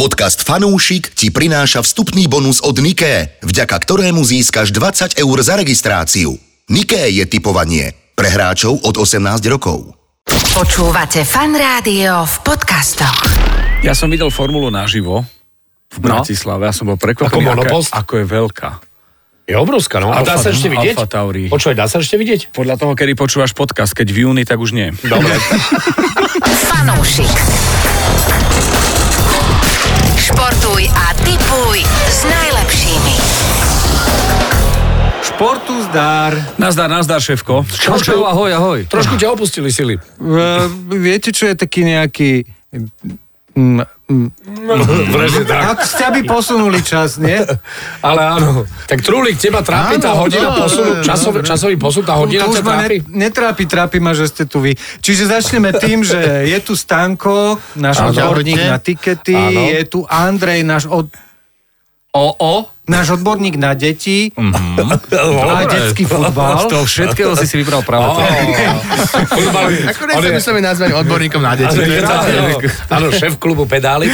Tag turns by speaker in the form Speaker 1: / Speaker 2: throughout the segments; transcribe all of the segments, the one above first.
Speaker 1: Podcast Fanúšik ti prináša vstupný bonus od Niké, vďaka ktorému získaš 20 eur za registráciu. Niké je typovanie pre hráčov od 18 rokov.
Speaker 2: Počúvate fan rádio v podcastoch.
Speaker 3: Ja som videl formulu naživo v Bratislave a som bol prekvapený,
Speaker 4: No. Ako monopost?
Speaker 3: aká- ako je veľká.
Speaker 4: Je obrovská, no. A dá
Speaker 3: Alfa-
Speaker 4: sa ešte vidieť?
Speaker 3: Alfa Tauri.
Speaker 4: Počúvaj, dá sa ešte vidieť?
Speaker 3: Podľa toho, kedy počúvaš podcast, keď v júni, tak už nie.
Speaker 4: Dobre.
Speaker 2: Fanúšik. Športuj a tipuj s najlepšími.
Speaker 5: Športu zdar.
Speaker 3: Nazdar, nazdar, šéfko.
Speaker 5: Čau, ahoj, ahoj.
Speaker 4: Trošku ťa opustili sily.
Speaker 5: E, viete, čo je taký nejaký... Mm, mm,
Speaker 4: Presne tak.
Speaker 5: Ak ste aby posunuli čas, nie?
Speaker 4: Ale áno. Tak trúlik, teba trápi tá
Speaker 5: Áno,
Speaker 4: hodina
Speaker 5: áno,
Speaker 4: posunu,
Speaker 5: áno,
Speaker 4: časový,
Speaker 5: áno.
Speaker 4: časový posun, tá hodina ťa
Speaker 5: To už ma
Speaker 4: trápi?
Speaker 5: ne, netrápi, trápi ma, že ste tu vy. Čiže začneme tým, že je tu Stanko, náš odborník na tikety,
Speaker 4: Áno.
Speaker 5: je tu Andrej, náš od... OO? Náš odborník na deti
Speaker 4: Mhm.
Speaker 5: a detský futbal.
Speaker 3: Z toho všetkého si si vybral práve to.
Speaker 4: Futbal.
Speaker 6: Akorát
Speaker 4: On
Speaker 6: sa
Speaker 4: je-
Speaker 6: musíme nazvať odborníkom na deti.
Speaker 4: Ale je to-
Speaker 6: Áno.
Speaker 4: áno. Áno, šéf klubu Pedálik.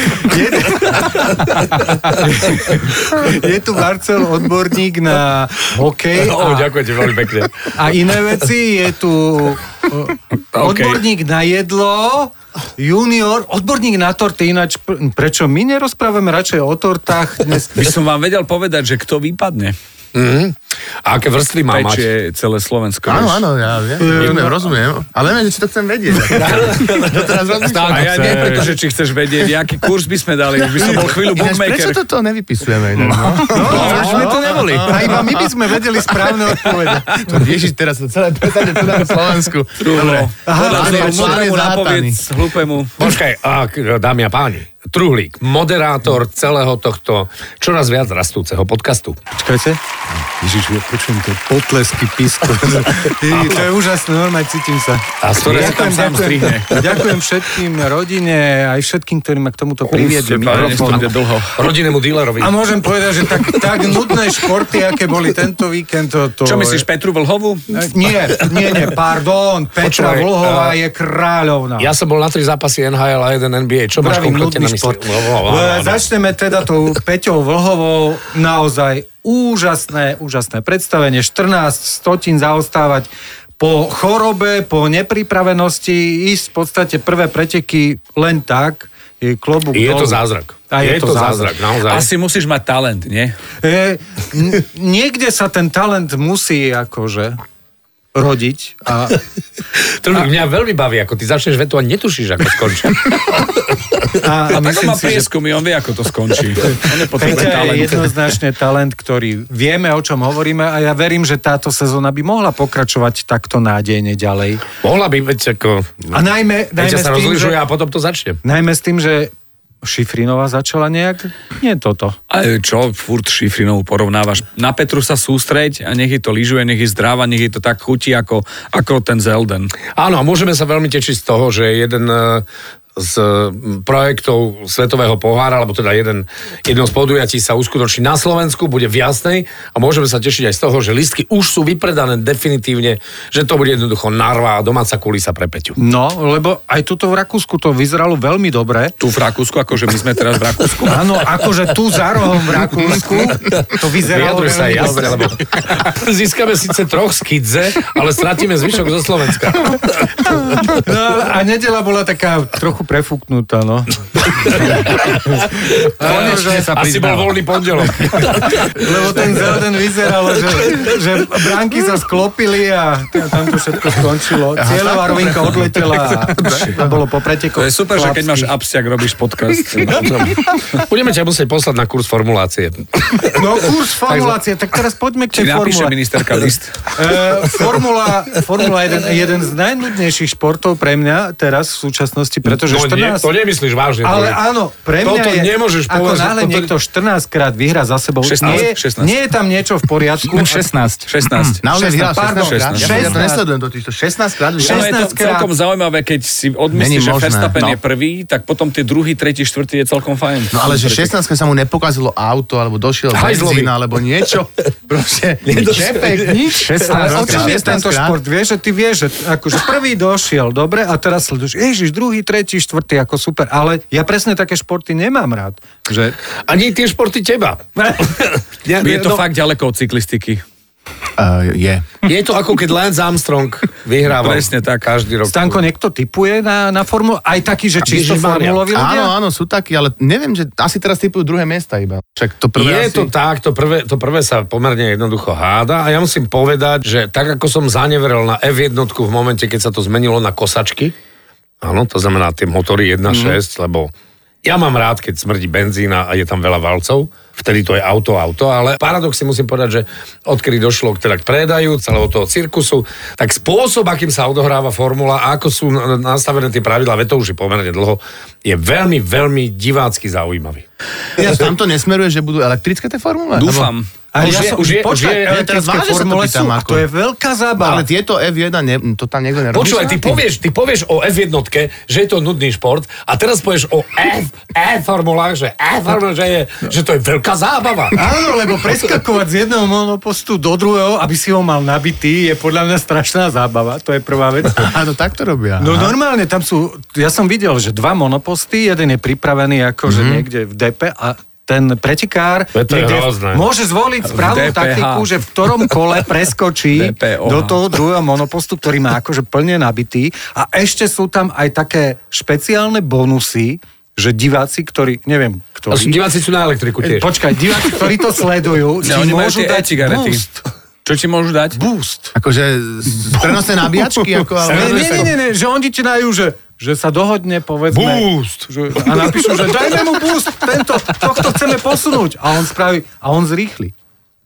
Speaker 5: Je tu Marcel, odborník na hokej
Speaker 4: O,
Speaker 5: a,
Speaker 4: ďakujem ti veľmi pekne.
Speaker 5: a iné veci. Je tu uh, odborník na jedlo, junior, odborník na torty. Ináč, pr- prečo my nerozprávame radšej o tortách dnes?
Speaker 3: By som vám vedel povedať, že kto vypadne.
Speaker 4: A aké vrstvy má mať?
Speaker 3: Pečie celé Slovensko.
Speaker 6: Áno,
Speaker 3: vieš.
Speaker 6: áno, ja viem, rozumiem, rozumiem, ale viem, že si to chcem vedieť. To teraz rozmýšľam.
Speaker 3: A ja nie, pretože či chceš vedieť, aký kurz by sme dali, už by som bol chvíľu
Speaker 6: Ináč, prečo
Speaker 3: bookmaker.
Speaker 6: toto nevypisujeme? inak, No.
Speaker 5: No, už sme to neboli. A iba my by sme vedeli správne odpovede.
Speaker 6: To Ježiš, teraz to celé presadne tu na Slovensku. Dobre.
Speaker 3: no.
Speaker 5: Aha,
Speaker 3: Podľa
Speaker 6: ale
Speaker 3: mňa
Speaker 6: plán je
Speaker 3: mladému
Speaker 6: zátaný.
Speaker 3: napovedz hlúpemu.
Speaker 4: Počkaj, a, k- dámy a páni, Truhlík, moderátor celého tohto čoraz viac rastúceho podcastu.
Speaker 5: Počkajte. Ježiš, ja počujem tie potlesky, písku. to je úžasné, normálne cítim sa.
Speaker 4: A z ktoré si tam sám strihne.
Speaker 5: ďakujem všetkým rodine, aj všetkým, ktorí ma k tomuto priviedli. mikrofón.
Speaker 3: dlho.
Speaker 4: Rodinnému dílerovi.
Speaker 5: A môžem povedať, že tak, tak nudné športy, aké boli tento víkend, to... to
Speaker 3: Čo myslíš, Petru Vlhovu?
Speaker 5: Nie, nie, nie, pardon, Petra
Speaker 4: Počúvaj,
Speaker 5: Vlhová
Speaker 4: eh,
Speaker 5: je kráľovná.
Speaker 4: Ja som bol na tri zápasy NHL a jeden NBA. Čo máš
Speaker 5: Pravý
Speaker 4: konkrétne na
Speaker 5: nudný
Speaker 4: mysli?
Speaker 5: šport.
Speaker 4: No, no, no, no.
Speaker 5: Eh, Začneme teda tou Peťou Vlhovou. Naozaj úžasné, úžasné predstavenie. 14 stotín zaostávať po chorobe, po nepripravenosti, ísť v podstate prvé preteky len tak, je klobúk
Speaker 4: Je to
Speaker 5: dolu.
Speaker 4: zázrak.
Speaker 5: A je, to zázrak.
Speaker 4: naozaj.
Speaker 3: Asi musíš mať talent, nie?
Speaker 5: E, n- niekde sa ten talent musí akože rodiť. A
Speaker 4: Trulík, mňa veľmi baví, ako ty začneš vetu a netušíš, ako skončí.
Speaker 5: A, a
Speaker 3: tak on
Speaker 5: myslím
Speaker 3: má
Speaker 5: si, že
Speaker 3: prieskumy, on vie, ako to skončí. On nepotrebuje
Speaker 5: Peťa je
Speaker 3: talent.
Speaker 5: jednoznačne talent, ktorý vieme, o čom hovoríme a ja verím, že táto sezóna by mohla pokračovať takto nádejne ďalej.
Speaker 4: Mohla by byť ako...
Speaker 5: A najmä, najmä,
Speaker 4: No. Peťa
Speaker 5: s,
Speaker 4: sa
Speaker 5: tým, že,
Speaker 4: rozlišuje a potom to začne.
Speaker 5: najmä s tým, že Šifrinová začala nejak, nie toto.
Speaker 3: A čo, furt Šifrinovú porovnávaš. Na Petru sa sústreď a nech je to lyžuje, nech je zdráva, nech je to tak chutí ako, ako ten Zelden.
Speaker 4: Áno, a môžeme sa veľmi tešiť z toho, že jeden e, z e, projektov Svetového pohára, alebo teda jeden, jedno z podujatí sa uskutoční na Slovensku, bude v Jasnej a môžeme sa tešiť aj z toho, že listky už sú vypredané definitívne, že to bude jednoducho narva a domáca kulisa pre Peťu.
Speaker 5: No, lebo aj tuto v Rakúsku to vyzeralo veľmi dobre.
Speaker 3: Tu v Rakúsku, akože my sme teraz v Rakúsku.
Speaker 5: Áno, akože tu za rohom v Rakúsku to vyzeralo
Speaker 4: Vyjadruj sa
Speaker 5: veľmi
Speaker 4: jasne,
Speaker 5: dobre.
Speaker 4: lebo získame síce troch z Kidze, ale stratíme zvyšok zo Slovenska.
Speaker 5: No, ale- a nedela bola taká trochu prefúknutá, no.
Speaker 6: Konečne sa
Speaker 4: Asi bol
Speaker 6: priznal.
Speaker 4: voľný pondelok.
Speaker 5: Lebo ten Zelden vyzeralo, že, že bránky sa sklopili a t- tam to všetko skončilo. Cieľová rovinka odletela a, a bolo po pretekoch.
Speaker 3: To je super, že keď máš abstiak, robíš podcast.
Speaker 4: Budeme ťa musieť poslať na kurz formulácie.
Speaker 5: No kurz formulácie, tak teraz poďme
Speaker 3: Či
Speaker 5: k tej
Speaker 3: napíše
Speaker 5: formule.
Speaker 3: ministerka list.
Speaker 5: Eh, Formula, Formula 1 je jeden z najnudnejších športov pre mňa teraz v súčasnosti, pretože
Speaker 4: no, nie,
Speaker 5: 14...
Speaker 4: to nemyslíš vážne.
Speaker 5: Ale
Speaker 4: Boris.
Speaker 5: áno, pre mňa
Speaker 4: Toto
Speaker 5: je,
Speaker 4: nemôžeš
Speaker 5: ako
Speaker 4: povedať, že
Speaker 5: náhle
Speaker 4: toto-
Speaker 5: niekto 14 krát vyhra za sebou,
Speaker 3: 16,
Speaker 5: nie, je-
Speaker 3: 16.
Speaker 5: nie je tam niečo v poriadku.
Speaker 6: Len 16.
Speaker 3: 16.
Speaker 6: Naozaj vyhral
Speaker 5: 16, pardon,
Speaker 6: 16 krát? Ja, ja to
Speaker 5: 16.
Speaker 6: nesledujem totiž, to 16 krát vyhral.
Speaker 3: Ale je to
Speaker 5: 16 krát.
Speaker 3: celkom zaujímavé, keď si
Speaker 6: Není
Speaker 3: odmyslíš, že
Speaker 6: možné.
Speaker 3: Verstappen
Speaker 6: No.
Speaker 3: je prvý, tak potom tie druhý, tretí, štvrtý je celkom fajn.
Speaker 6: No ale že 16 sa mu nepokazilo auto, alebo došiel
Speaker 4: Hajzlovi.
Speaker 6: benzín, alebo niečo. Proste, čepek, nič. 16
Speaker 5: Ale o čom je
Speaker 6: 16
Speaker 5: tento
Speaker 6: krát.
Speaker 5: šport? Vieš, že ty vieš, že akože prvý došiel, dobre, a teraz sleduješ, ježiš, druhý, tretí, tretí, štvrtý ako super. Ale ja presne také športy nemám rád. Že...
Speaker 4: Ani tie športy teba. Ja,
Speaker 3: Je to
Speaker 4: no,
Speaker 3: fakt ďaleko od cyklistiky.
Speaker 6: Uh, je.
Speaker 4: je to ako keď Lance Armstrong vyhráva.
Speaker 3: Presne tak.
Speaker 4: Každý rok.
Speaker 5: Stanko, niekto typuje na, na formu? Aj taký, že čisto
Speaker 4: Ježiš Maria.
Speaker 5: formulový
Speaker 6: Áno,
Speaker 5: ľudia?
Speaker 6: áno, sú takí, ale neviem, že asi teraz typujú druhé miesta iba. Však to prvé
Speaker 4: Je
Speaker 6: asi...
Speaker 4: to tak, to prvé, to prvé sa pomerne jednoducho háda a ja musím povedať, že tak ako som zaneveril na F1 v momente, keď sa to zmenilo na kosačky, áno, to znamená tie motory 1.6,
Speaker 6: Mhm.
Speaker 4: mm. lebo ja mám rád, keď smrdí benzína a je tam veľa valcov, vtedy to je auto, auto, ale paradox si musím povedať, že odkedy došlo k, teda k predajú celého toho cirkusu, tak spôsob, akým sa odohráva formula a ako sú n- nastavené tie pravidlá, veď to už je pomerne dlho, je veľmi, veľmi divácky zaujímavý.
Speaker 6: Ja, tam to nesmeruje, že budú elektrické tie formule?
Speaker 3: Dúfam.
Speaker 5: A
Speaker 4: Už
Speaker 5: ja
Speaker 4: je-
Speaker 5: som,
Speaker 4: už je- už
Speaker 5: počkaj,
Speaker 4: je-
Speaker 5: elektrické
Speaker 6: ja teraz vážne sa to
Speaker 5: formule
Speaker 6: pýtam,
Speaker 5: sú, a
Speaker 6: ako-
Speaker 5: to je veľká
Speaker 6: Lebo,
Speaker 5: zábava.
Speaker 6: ale tieto F1, ne, to tam niekto nerobí.
Speaker 4: Počúvaj,
Speaker 6: sa
Speaker 4: ty
Speaker 6: na tým?
Speaker 4: povieš, ty povieš o F1, že je to nudný šport a teraz povieš o F, F formulách, že F formula, že, je, že to je veľká zábava.
Speaker 5: Áno, lebo preskakovať z jedného monopostu do druhého, aby si ho mal nabitý, je podľa mňa strašná zábava. To je prvá vec.
Speaker 6: Áno, tak to robia.
Speaker 5: No normálne, tam sú, ja som videl, že dva monoposty, jeden je pripravený akože mm-hmm. niekde v DP a ten pretekár
Speaker 4: Mhm. To je to
Speaker 5: niekde
Speaker 4: hrozné.
Speaker 5: môže zvoliť správnu
Speaker 3: DPH.
Speaker 5: taktiku, že v ktorom kole preskočí
Speaker 3: DPOH.
Speaker 5: do toho druhého monopostu, ktorý má akože plne nabitý. A ešte sú tam aj také špeciálne bonusy, že diváci, ktorí, neviem,
Speaker 4: A sú-
Speaker 5: ktorí...
Speaker 4: Diváci sú na elektriku
Speaker 5: E,
Speaker 4: tiež.
Speaker 5: Počkaj, diváci, ktorí to sledujú, si
Speaker 3: Ne, oni majú
Speaker 5: môžu
Speaker 3: tie
Speaker 5: dať
Speaker 3: e-cigarety.
Speaker 5: boost.
Speaker 3: Čo ti môžu dať?
Speaker 5: Boost.
Speaker 6: Akože s- prenosné nabíjačky, ako...
Speaker 5: Nie,
Speaker 6: Ale...
Speaker 5: nie, nie, nie, nie, že oni ti dajú, že, že sa dohodne, povedzme. Boost! Že, a napíšu, že dajme mu boost, tento, tohto chceme posunúť. A on spraví, a on zrýchli.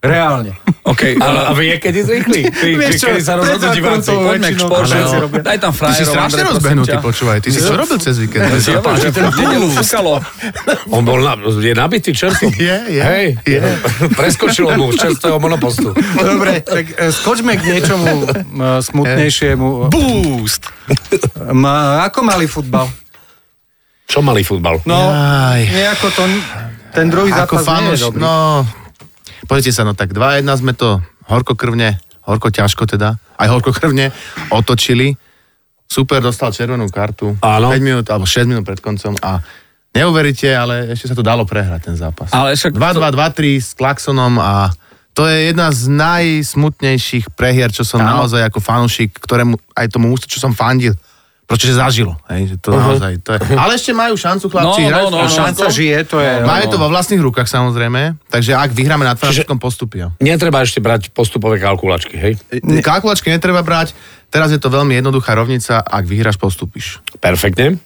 Speaker 5: Reálne.
Speaker 3: OK, ale
Speaker 4: A, a vie, kedy zrýchli? Kedy,
Speaker 5: Vieš čo,
Speaker 4: kedy sa rozhodnú
Speaker 5: pred
Speaker 4: diváci?
Speaker 5: zákonom to-
Speaker 3: poďme k
Speaker 5: väčšinou
Speaker 3: športu.
Speaker 5: všetci robia.
Speaker 3: Daj tam
Speaker 6: Ty si
Speaker 3: frajerov,
Speaker 6: strašne rozbehnutý, počúvaj. Ty si čo robil cez víkend?
Speaker 3: Ja bol, že ten nedelu fúkalo.
Speaker 4: On bol na, je nabitý čerstvom.
Speaker 6: Je, je,
Speaker 4: Hej,
Speaker 6: je.
Speaker 4: Preskočilo mu z čerstvého monopostu.
Speaker 5: Dobre, tak e, skočme k niečomu e, smutnejšiemu.
Speaker 6: Boost!
Speaker 5: Ma, ako mali futbal?
Speaker 4: Čo malý futbal?
Speaker 5: No,
Speaker 6: Aj.
Speaker 5: nejako to... n- Ten druhý zápas
Speaker 6: Ako
Speaker 5: nie je
Speaker 6: fanúš,
Speaker 5: dobrý.
Speaker 6: no... Pozrite sa, no tak 2-1 sme to horkokrvne, horko ťažko teda, aj horkokrvne otočili. Super, dostal červenú kartu.
Speaker 4: Áno.
Speaker 6: 5 minút, alebo 6 minút pred koncom a neuveríte, ale ešte sa to dalo prehrať ten zápas.
Speaker 3: Ale však-
Speaker 6: 2-2, 2-3 s Klaxonom a to je jedna z najsmutnejších prehier, čo som
Speaker 5: Áno.
Speaker 6: naozaj ako fanúšik, ktorému aj tomu ústu, čo som fandil, pretože zažilo. Hej, že to uh-huh. naozaj, to je. Ale ešte majú šancu,
Speaker 3: No,
Speaker 6: chlapci, hrajú
Speaker 3: no, no, no.
Speaker 6: s tou šancou.
Speaker 5: Šanca žije, to je...
Speaker 6: Máme to vo vlastných rukách samozrejme, takže ak vyhráme na Tvrdskom postupia.
Speaker 4: Netreba ešte brať postupové kalkulačky, hej?
Speaker 6: Kalkulačky netreba brať, teraz je to veľmi jednoduchá rovnica, ak vyhráš, postupíš.
Speaker 4: Perfektne.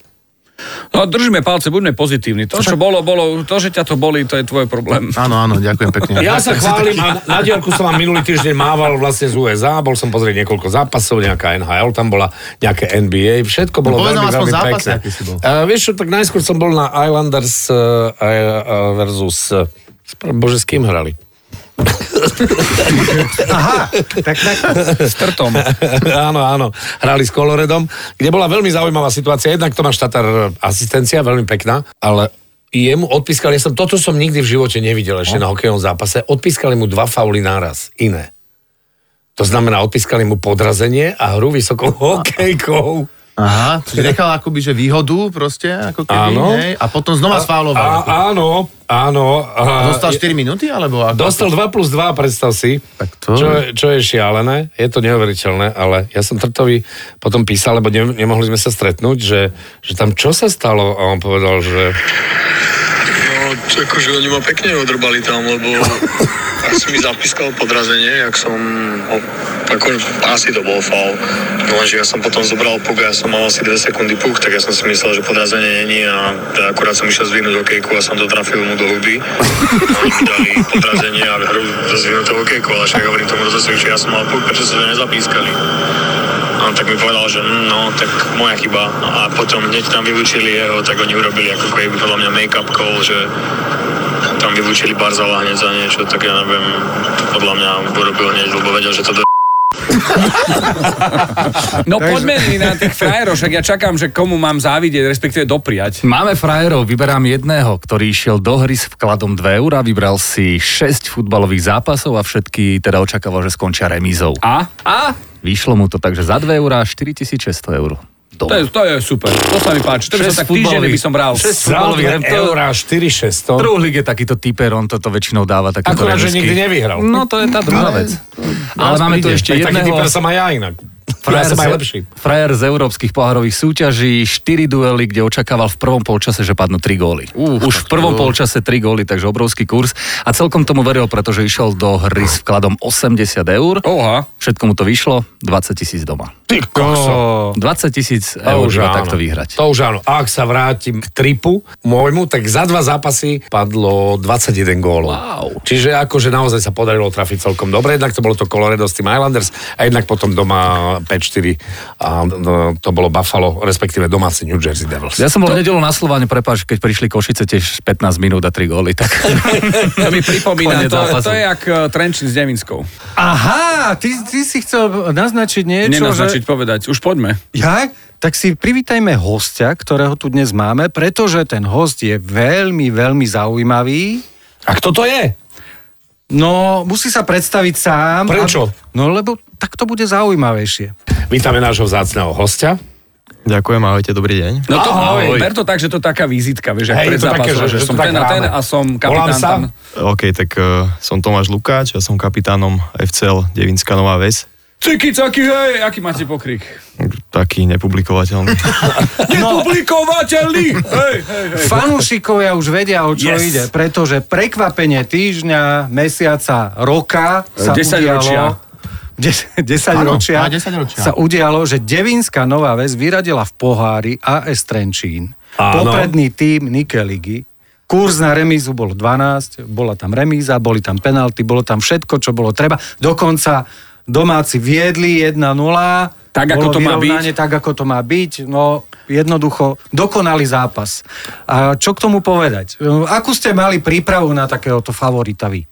Speaker 3: No držíme palce, buďme pozitívni. To, čo bolo, bolo. To, že ťa to boli, to je tvoj problém.
Speaker 6: Áno, áno, ďakujem pekne.
Speaker 4: Ja sa chválim a na diálku som vám minulý týždeň mával vlastne z USA, bol som pozrieť niekoľko zápasov, nejaká NHL tam bola, nejaké NBA, všetko bolo
Speaker 6: No
Speaker 4: veľmi,
Speaker 6: povedz nám aspoň
Speaker 4: veľmi
Speaker 6: zápas,
Speaker 4: pekné.
Speaker 6: aký si bol.
Speaker 4: Uh, vieš čo, tak najskôr som bol na Islanders uh, uh, versus... Uh, bože, s kým hrali?
Speaker 5: Aha, tak, tak.
Speaker 3: S trtom.
Speaker 4: áno, áno. Hrali s Coloredom, kde bola veľmi zaujímavá situácia. Jednak Tomáš Tatar eh, asistencia, veľmi pekná, ale jemu odpískali, ja som toto som nikdy v živote nevidel ešte no. na hokejovom zápase, odpískali mu dva fauly naraz, iné. To znamená, odpískali mu podrazenie a hru vysokou hokejkou.
Speaker 6: Aha, čiže nechal akoby, že výhodu proste, ako keby,
Speaker 4: Áno.
Speaker 6: hej, a potom znova sfáloval.
Speaker 4: A, áno, áno. A,
Speaker 6: Dostal 4 minúty, alebo ako?
Speaker 4: Dostal 2 plus 2, predstav si.
Speaker 6: Tak to-
Speaker 4: Čo, je- čo je šialené, je to neuveriteľné, ale ja som Trtovi potom písal, lebo ne, nemohli sme sa stretnúť, že, že tam čo sa stalo a on povedal, že...
Speaker 7: No, čo, akože oni ma pekne odrbali tam, lebo asi mi zapískal podrazenie, jak som, ho- ako, asi to bol faul. No, lenže ja som potom zobral puk a ja som mal asi 2 sekundy puk, tak ja som si myslel, že podrazenie není a teda akurát som išiel zvinúť okejku a som to trafil mu do huby. No, oni mi dali podrazenie a hru za zvinutou okejku, ale však hovorím tomu rozhodcu, že ja som mal puk, prečo sa to nezapískali. No, tak mi povedal, že mm, no, tak moja chyba. No, a potom hneď tam vylúčili jeho, tak oni urobili ako keby podľa mňa make-up call, že tam vylúčili Barzala hneď za niečo, tak ja neviem, podľa mňa urobil hneď, lebo vedel, že to do...
Speaker 3: No poďme na tých frajerov, však ja čakám, že komu mám závidieť, respektíve dopriať.
Speaker 8: Máme frajerov, vyberám jedného, ktorý išiel do hry s vkladom 2 eur a vybral si 6 futbalových zápasov a všetky teda očakával, že skončia remízou. A
Speaker 3: A? A?
Speaker 8: vyšlo mu to takže za 2 eur 4600 eur.
Speaker 3: To je, to je super, to sa mi páči. To by som tak týždeň by som bral.
Speaker 8: 6 futbalových rem, to...
Speaker 4: Eurá 4600.
Speaker 8: Truhlík je takýto typer, on toto väčšinou dáva takéto
Speaker 4: Akurát, že
Speaker 8: remesky.
Speaker 4: nikdy nevyhral.
Speaker 8: No to je tá druhá
Speaker 6: Ale-
Speaker 8: vec.
Speaker 9: No,
Speaker 8: Ale máme tu
Speaker 4: príde.
Speaker 8: ešte
Speaker 4: Aj Taký
Speaker 8: jedného...
Speaker 4: typer som aj ja inak. Ja
Speaker 8: Frajer
Speaker 4: som aj
Speaker 8: z-
Speaker 4: lepší.
Speaker 8: Frajer z európskych pohárových súťaží, 4 duely, kde očakával v prvom polčase, že padnú 3 góly. Uh, Už v prvom polčase 3 góly, takže obrovský kurz. A celkom tomu veril, pretože išiel do hry s vkladom 80 eur.
Speaker 3: Oha.
Speaker 8: Všetko mu to vyšlo, 20 tisíc doma.
Speaker 4: Ty kokso.
Speaker 8: 20 tisíc
Speaker 4: To
Speaker 8: eur
Speaker 4: už
Speaker 8: iba
Speaker 4: áno.
Speaker 8: takto vyhrať.
Speaker 4: To už áno. A ak sa vrátim k tripu môjmu, tak za dva zápasy padlo 21 gólov.
Speaker 8: Wow.
Speaker 4: Čiže akože naozaj sa podarilo trafiť celkom dobre. Jednak to bolo to Colorado s tým Islanders a jednak potom doma 5-4 a no, to bolo Buffalo, respektíve domáci New Jersey Devils.
Speaker 8: Ja som bol v nedelu na Slováne, prepáč, keď prišli Košice tiež 15 minút a 3 góly, tak...
Speaker 3: To mi pripomína,
Speaker 8: Koniec
Speaker 3: to,
Speaker 8: zápasu.
Speaker 3: to je jak eh, Trenčín s Neminskou.
Speaker 5: Aha, ty, ty si chcel naznačiť niečo,
Speaker 3: Nenaznačiť,
Speaker 5: že...
Speaker 3: povedať. Už poďme.
Speaker 5: Ja? Tak si privítajme hostia, ktorého tu dnes máme, pretože ten host je veľmi, veľmi zaujímavý.
Speaker 4: A kto to je?
Speaker 5: No, musí sa predstaviť sám.
Speaker 4: Prečo?
Speaker 5: A- No, lebo tak to bude zaujímavejšie.
Speaker 4: Vítame nášho vzácného hostia.
Speaker 9: Ďakujem, ahojte, dobrý deň.
Speaker 3: No to,
Speaker 4: Ahoj.
Speaker 3: ber to tak, že to taká vizitka, vieš,
Speaker 4: Hej,
Speaker 3: Hej, pred
Speaker 4: je to také,
Speaker 3: zápasom,
Speaker 4: že-
Speaker 3: že,
Speaker 4: že
Speaker 3: som
Speaker 4: to tak
Speaker 3: ten a ten
Speaker 4: hráme.
Speaker 3: a som
Speaker 4: Volám
Speaker 3: kapitán
Speaker 4: sa?
Speaker 3: tam.
Speaker 9: OK, tak uh, som Tomáš Lukáč, ja som kapitánom FCL Devinská Nová Ves.
Speaker 3: Ciky, caky, hej, aký máte pokrik?
Speaker 9: Taký nepublikovateľný.
Speaker 4: No.
Speaker 3: Nepublikovateľný! Hej, hej, hej.
Speaker 5: Fanúšikovia už vedia, o čo
Speaker 3: Yes.
Speaker 5: ide, pretože prekvapenie týždňa, mesiaca, roka sa
Speaker 3: 10
Speaker 5: udialo...
Speaker 3: ročia.
Speaker 5: 10, 10
Speaker 6: Áno,
Speaker 5: ročia,
Speaker 6: á, 10 ročia.
Speaker 5: sa udialo, že Devinská Nová Ves vyradila v pohári AS Trenčín.
Speaker 4: Áno.
Speaker 5: Popredný tým Nike Ligy. Kurz na remízu bol 12, bola tam remíza, boli tam penalty, bolo tam všetko, čo bolo treba. Dokonca domáci viedli 1-0.
Speaker 3: Tak, ako
Speaker 5: bolo
Speaker 3: to má
Speaker 5: vyrovnanie, tak, ako to má byť. No, jednoducho, dokonalý zápas. A čo k tomu povedať? E, Akú ste mali prípravu na takéhoto favorita vy?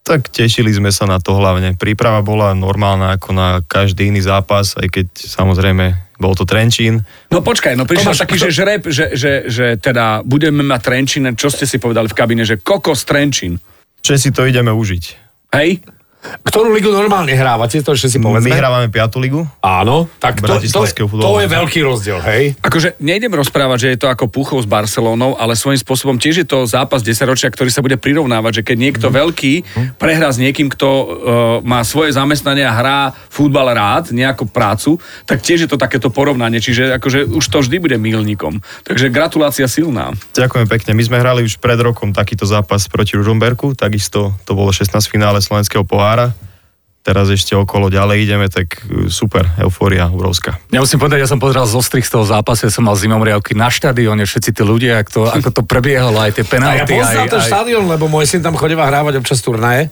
Speaker 9: tak tešili sme sa na to hlavne. Príprava bola normálna ako na každý iný zápas, aj keď samozrejme bol to Trenčín.
Speaker 3: No počkaj, no prišiel
Speaker 4: Tomáš,
Speaker 3: taký,
Speaker 4: kto-
Speaker 3: že žreb, že, že, že teda budeme mať Trenčín, a čo ste si povedali v kabine, že kokos Trenčín.
Speaker 9: Že si to ideme užiť.
Speaker 3: Hej?
Speaker 4: Ktorú ligu normálne hrávate, to ešte si povedzme.
Speaker 9: Vyhrávame 5. ligu.
Speaker 4: Áno, tak to, to, je-
Speaker 9: Bratislavského
Speaker 4: to
Speaker 9: futbalu.
Speaker 4: je veľký rozdiel, hej?
Speaker 3: Akože nejdem rozprávať, že je to ako Puchov s Barcelónou, ale svojím spôsobom tiež je to zápas 10 ročia, ktorý sa bude prirovnávať, že keď niekto
Speaker 8: Mhm.
Speaker 3: veľký prehrá s niekým, kto uh, má svoje zamestnanie a hrá futbal rád, nejakú prácu, tak tiež je to takéto porovnanie, čiže akože už to vždy bude milníkom. Takže gratulácia silná.
Speaker 9: Ďakujem pekne. My sme hrali už pred rokom takýto zápas proti Ružomberku, takisto to bolo 16 finále Slovenského pohára. Teraz ešte okolo ďalej ideme, tak uh, super, eufória obrovská.
Speaker 8: Ja musím povedať, ja som pozeral z ostrých z toho zápasu, ja som mal zimomriavky na štadióne, všetci tí ľudia, ako to, ako to prebiehalo, aj tie
Speaker 4: A ja
Speaker 8: penalty.
Speaker 4: poznám ten štadión, lebo môj syn tam chodeva hrávať občas turnaje.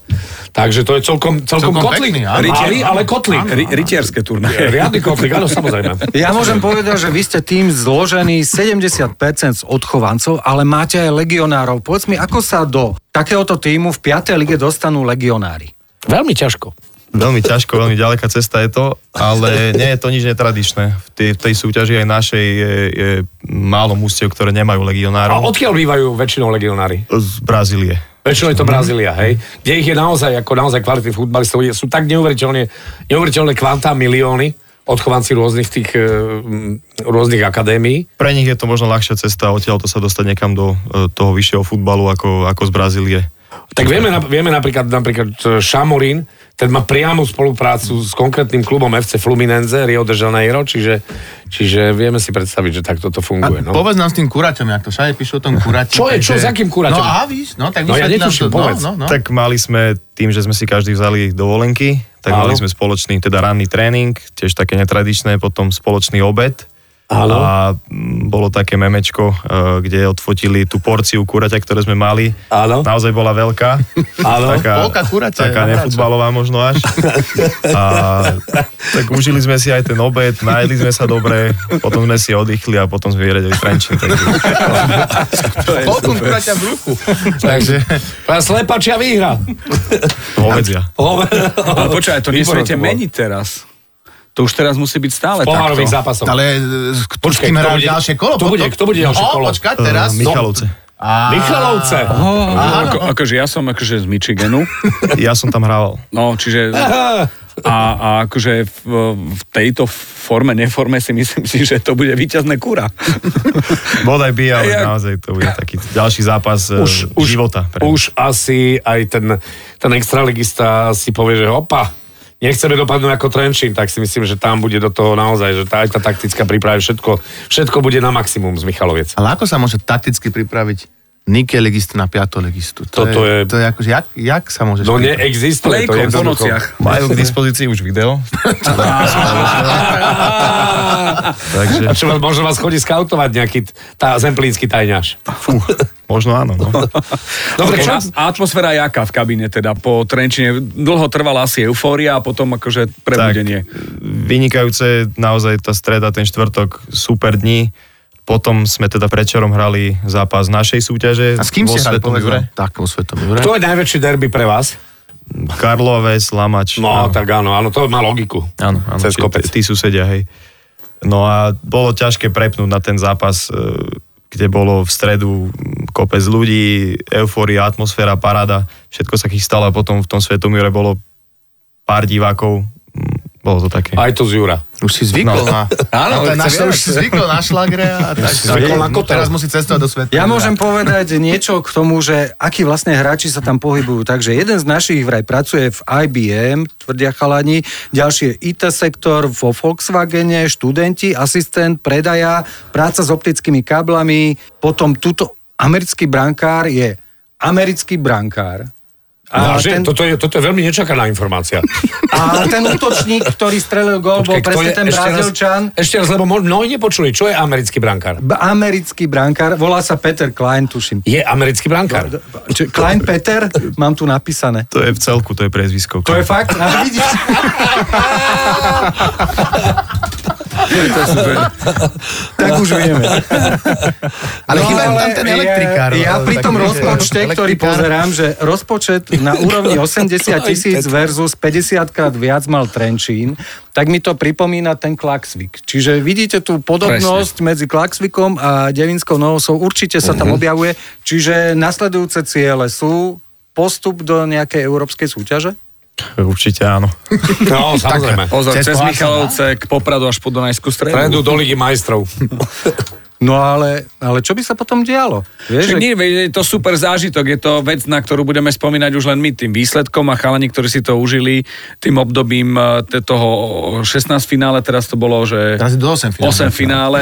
Speaker 4: Takže to je celkom, celkom,
Speaker 6: Celkom
Speaker 4: kotlík.
Speaker 6: pekný, áno.
Speaker 4: Malý, ale kotlík.
Speaker 3: Ri- rytierské turnaje.
Speaker 4: Riadny kotlík, áno, samozrejme.
Speaker 5: Ja môžem povedať, že vy ste tým zložený 70% z odchovancov, ale máte aj legionárov. Povedz mi, ako sa do takéhoto týmu v 5. lige dostanú legionári?
Speaker 4: Veľmi ťažko.
Speaker 9: Veľmi ťažko, veľmi ďaleká cesta je to, ale nie je to nič netradičné. V tej, v tej súťaži aj našej je, je málo mústiev, ktoré nemajú
Speaker 4: A
Speaker 9: legionárov.
Speaker 4: odkiaľ bývajú väčšinou legionári?
Speaker 9: Z Brazílie.
Speaker 4: Väčšinou je to Brazília, hej? Kde ich je naozaj, ako naozaj kvalitných futbalistov, je- sú tak neuveriteľne, neuveriteľné kvantá milióny odchovanci rôznych tých e, mm, rôznych akadémií.
Speaker 9: Pre nich je to možno ľahšia cesta, odtiaľ to sa dostať niekam do e, toho vyššieho futbalu ako, ako z Brazílie.
Speaker 4: Tak vieme, nap- vieme napríklad, napríklad e, Šamorín, ten má priamu spoluprácu s konkrétnym klubom FC Fluminense Rio de Janeiro, čiže, čiže vieme si predstaviť, že takto to
Speaker 6: A
Speaker 4: funguje. No.
Speaker 6: povedz nám s tým kuraťom, jak to všade píšu o tom kurati.
Speaker 4: Čo je, čo, s akým kuraťom?
Speaker 6: No a víš, no tak
Speaker 4: No ja
Speaker 6: vysvetli nám
Speaker 4: netuším,
Speaker 6: to,
Speaker 4: povedz.
Speaker 6: No, no, no.
Speaker 9: No. Tak mali sme tým, že sme si každý vzali dovolenky, tak
Speaker 4: Áno.
Speaker 9: mali sme spoločný teda ranný tréning, tiež také netradičné, potom spoločný obed.
Speaker 4: Áno.
Speaker 9: A mm, bolo také memečko, e, kde odfotili tú porciu kuraťa, ktoré sme mali.
Speaker 4: Áno.
Speaker 9: Naozaj bola veľká.
Speaker 4: Áno.
Speaker 6: Polka kuraťa je
Speaker 9: Taká
Speaker 6: na
Speaker 9: nefutbalová možno až. A, tak užili sme si aj ten obed, najedli sme sa dobre, potom sme si oddychli a potom sme vyredili Trenčín. Takže,
Speaker 6: Polku kuraťa v ruchu.
Speaker 9: takže
Speaker 4: A Slepačia výhra.
Speaker 9: hovedzia.
Speaker 3: Ale počkaj, to
Speaker 4: Výborné
Speaker 3: nesmiete
Speaker 4: to bolo.
Speaker 3: meniť teraz. To už teraz musí byť stále
Speaker 4: V pohárových
Speaker 3: takto.
Speaker 4: zápasoch.
Speaker 6: Ale e, k- s kým hrá
Speaker 4: bude-
Speaker 6: ďalšie kolo?
Speaker 4: Kto bude, kto bude ďalšie
Speaker 6: no,
Speaker 4: kolo?
Speaker 6: počkať, teraz.
Speaker 9: E, Michalovce.
Speaker 6: A-
Speaker 4: Michalovce.
Speaker 3: Ako, akože ja som akože z Michiganu,
Speaker 9: Ja som tam hrával.
Speaker 3: no čiže... A, a akože v, v tejto forme, neforme si myslím si, že to bude víťazné kura.
Speaker 9: Bodaj by, ale
Speaker 3: Ja-
Speaker 9: naozaj to bude taký ďalší zápas už,
Speaker 4: už,
Speaker 9: už, života. Pre
Speaker 4: už asi aj ten, ten extraligista si povie, že opa, nechceme dopadnúť ako Trenčín, tak si myslím, že tam bude do toho naozaj, že tá, aj tá taktická príprava, všetko, všetko bude na maximum z Michaloviec.
Speaker 6: Ale ako sa môže takticky pripraviť nikeligistu na piatoligistu?
Speaker 4: Toto je-
Speaker 6: To je akože, jak, jak sa môžeš...
Speaker 4: No
Speaker 6: pripraviť?
Speaker 4: neexistuje to
Speaker 3: Lejkom po
Speaker 4: jednoducho.
Speaker 3: nociach.
Speaker 9: Majú k dispozícii už video. Takže
Speaker 4: A čo, vás- možno vás chodí skautovať nejaký t- tá zemplínsky tajňaš.
Speaker 9: fú, možno áno. No.
Speaker 3: Dobre,
Speaker 4: Dobre, čo?
Speaker 3: a, a atmosféra jaká v kabíne teda po Trenčine? Dlho trvala asi eufória a potom akože prebudenie.
Speaker 9: vynikajúce naozaj tá streda, ten štvrtok, super dní. Potom sme teda predčerom hrali zápas našej súťaže.
Speaker 6: A s kým
Speaker 9: vo
Speaker 6: ste hrali,
Speaker 9: Svetom
Speaker 6: povedz
Speaker 9: Jure.
Speaker 6: nám. Tak, vo Svetom Jure.
Speaker 4: Kto je najväčší derby pre vás?
Speaker 9: Karlové, Slamač.
Speaker 4: No, áno. tak áno, áno, to má logiku.
Speaker 9: Áno, áno.
Speaker 4: Cez
Speaker 9: čiže
Speaker 4: kopec.
Speaker 9: Tí, tí susedia, hej. No a bolo ťažké prepnúť na ten zápas, e, kde bolo v stredu kopec ľudí, eufória, atmosféra, parada, všetko sa chystalo a potom v tom Svetomíre bolo pár divákov, Mm, bolo to také.
Speaker 4: Aj to z Jura.
Speaker 6: Už si zvykol na...
Speaker 8: Áno,
Speaker 6: na, na,
Speaker 8: chce
Speaker 6: už si zvykol na šlagre a tak,
Speaker 4: zvykol na kotel.
Speaker 6: teraz musí cestovať do sveta. No,
Speaker 5: Ja môžem povedať niečo k tomu, že akí vlastne hráči sa tam pohybujú. Takže jeden z našich vraj pracuje v IBM, tvrdia chalani, ďalší je IT sektor vo Volkswagene, študenti, asistent, predaja, práca s optickými káblami, potom tuto americký brankár je americký brankár.
Speaker 4: A No,
Speaker 5: No,
Speaker 4: že, ten... toto, je, toto je veľmi nečakaná informácia.
Speaker 5: a ten útočník, ktorý strelil gól, bol
Speaker 4: Počkaj, kto
Speaker 5: presne
Speaker 4: je-
Speaker 5: ten
Speaker 4: ešte raz-
Speaker 5: Brazílčan.
Speaker 4: Ešte raz, lebo mo- mnohí nepočuli, čo je americký brankár.
Speaker 5: B- Americký brankár, volá sa Peter Klein, tuším.
Speaker 4: Je americký brankár.
Speaker 5: No, Čiže Klein Peter, mám tu napísané.
Speaker 9: To je v celku, to je priezvisko.
Speaker 5: To je fakt? A vidíš? tak už vieme.
Speaker 6: Ale chýba im No, tam ten elektrikár.
Speaker 5: No, Ja, ja
Speaker 6: Ale
Speaker 5: pri tom
Speaker 6: taký, že-
Speaker 5: rozpočte, ktorý
Speaker 6: elektrikár.
Speaker 5: pozerám, že rozpočet na úrovni 80 tisíc versus 50 krát viac mal Trenčín, tak mi to pripomína ten Klaxvik. Čiže vidíte tú podobnosť medzi Klaxvikom a Devinskou Novosou, určite sa tam objavuje. Čiže nasledujúce ciele sú postup do nejakej európskej súťaže?
Speaker 9: Určite áno.
Speaker 4: No, samozrejme.
Speaker 3: Pozor,
Speaker 6: Cez
Speaker 3: cez,
Speaker 6: Poháca,
Speaker 3: Michalovce k Popradu až po Dunajskú stredu.
Speaker 4: Prejdú do Ligy majstrov.
Speaker 5: No ale, ale čo by sa potom dialo?
Speaker 3: Však
Speaker 5: Vieš, že-
Speaker 3: nie, veď je to super zážitok, je to vec, na ktorú budeme spomínať už len my tým výsledkom a chalani, ktorí si to užili tým obdobím e, t- toho 16 finále, teraz to bolo, že
Speaker 6: Teraz je do 8 finále. teda.
Speaker 3: 8 finále,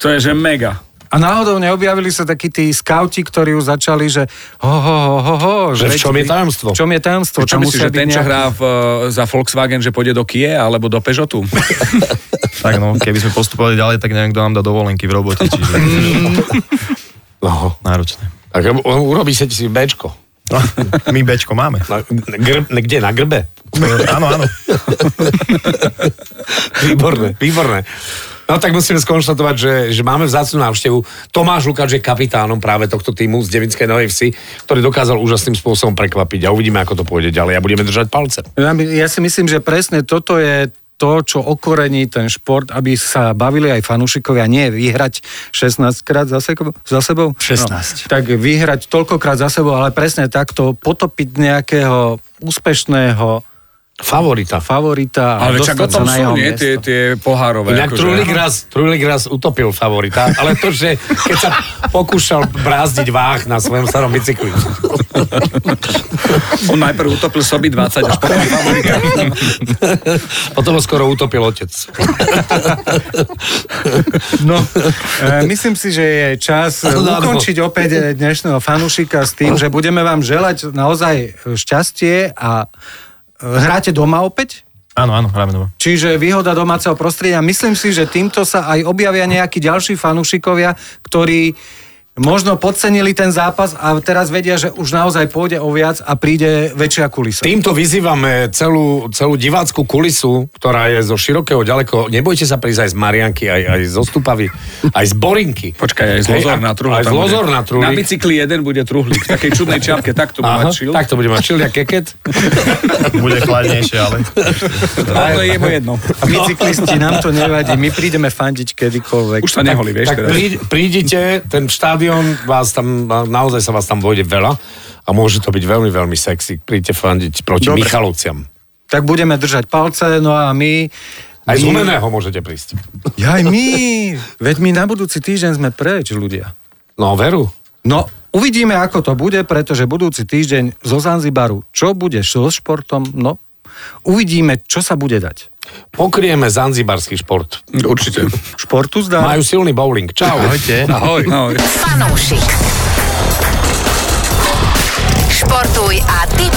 Speaker 3: to je že mega.
Speaker 5: A náhodou neobjavili sa takí tí skauti, ktorí už začali, že ho, ho, ho, ho, ho
Speaker 4: Že v
Speaker 5: veď-
Speaker 4: čom je tajomstvo?
Speaker 5: V čom je tajomstvo?
Speaker 3: Čo
Speaker 5: Tam
Speaker 3: myslíš,
Speaker 5: musia
Speaker 3: že
Speaker 5: byť
Speaker 3: ten, čo
Speaker 5: nejaké-
Speaker 3: hrá v, e, za Volkswagen, že pôjde do Kia alebo do Peugeotu?
Speaker 9: Tak no, keby sme postupovali ďalej, tak neviem, kto nám dá dovolenky v robote, čiže
Speaker 4: No,
Speaker 9: náročné.
Speaker 4: tak u- urobí si si Bčko.
Speaker 9: No, my Bčko máme.
Speaker 4: Na, gr, kde? Na grbe?
Speaker 9: Áno, áno.
Speaker 4: Výborné, výborné. No tak musíme skonštatovať, že, že máme vzácnú návštevu. Tomáš Lukáč je kapitánom práve tohto týmu z Devinskej Novej Vsi, ktorý dokázal úžasným spôsobom prekvapiť a uvidíme, ako to pôjde ďalej a budeme držať palce.
Speaker 5: Ja, my- ja si myslím, že presne toto je to, čo okorení ten šport, aby sa bavili aj fanúšikovia, nie vyhrať 16 krát za, seko- za sebou.
Speaker 8: 16.
Speaker 5: No, tak vyhrať toľkokrát za sebou, ale presne takto potopiť nejakého úspešného
Speaker 4: Favorita.
Speaker 5: favorita a
Speaker 3: Ale však o
Speaker 5: dostať sa
Speaker 3: tom
Speaker 5: na jeho
Speaker 3: sú, nie,
Speaker 5: miesto.
Speaker 3: tie, tie pohárové.
Speaker 4: Inak
Speaker 3: akože.
Speaker 4: Trulík raz, Trulík raz utopil favorita, ale to, že keď sa pokúšal brázdiť váh na svojom starom bicykli.
Speaker 3: On najprv utopil soby 20 až potom favorita.
Speaker 4: Potom ho skoro utopil otec.
Speaker 5: No, e, myslím si, že je čas e,
Speaker 4: Áno.
Speaker 5: ukončiť opäť e, dnešného fanúšika s tým, že budeme vám želať naozaj e, šťastie a e, hráte doma opäť?
Speaker 9: Áno, áno, hráme doma.
Speaker 5: Čiže výhoda domáceho prostredia. Myslím si, že týmto sa aj objavia nejakí ďalší fanúšikovia, ktorí možno podcenili ten zápas a teraz vedia, že už naozaj pôjde o viac a príde väčšia kulisa.
Speaker 4: Týmto vyzývame celú, celú divácku kulisu, ktorá je zo širokého ďaleko. Nebojte sa prísť aj z Marianky, aj, aj zo Stupavy, aj z Borinky.
Speaker 3: Počkaj, aj z
Speaker 4: Hej,
Speaker 3: Lozor
Speaker 4: a-
Speaker 3: na truhlík.
Speaker 4: Aj z Lozor na
Speaker 3: Na
Speaker 4: truhlík.
Speaker 3: bicykli jeden bude truhlík, v takej čudnej čiapke, tak to má
Speaker 4: Aha,
Speaker 3: čil.
Speaker 4: tak to bude mať šilia keket.
Speaker 9: Bude chladnejšie, ale...
Speaker 3: Ale to je mu jedno.
Speaker 5: A my cyklisti, nám to nevadí, my prídeme fandiť kedykoľvek.
Speaker 3: Už sa neholí, vieš
Speaker 4: tak
Speaker 3: teraz.
Speaker 4: príď, prídite, ten štádion, vás tam, naozaj sa vás tam vojde veľa a môže to byť veľmi, veľmi sexy. Príďte fandiť proti Michalovciam.
Speaker 5: tak budeme držať palce, no a my...
Speaker 4: Aj z
Speaker 5: my,
Speaker 4: Humeného môžete prísť.
Speaker 5: aj my, veď my na budúci týždeň sme preč, ľudia.
Speaker 4: No, veru.
Speaker 5: No, uvidíme, ako to bude, pretože budúci týždeň zo Zanzibaru, čo bude so športom, no, uvidíme, čo sa bude dať.
Speaker 4: Pokrieme zanzibarský šport.
Speaker 3: Určite.
Speaker 5: Športu zdá.
Speaker 4: Majú silný bowling. Čau.
Speaker 6: Ahojte.
Speaker 3: Ahoj. Ahoj.
Speaker 2: Fanúšik. Športuj a ty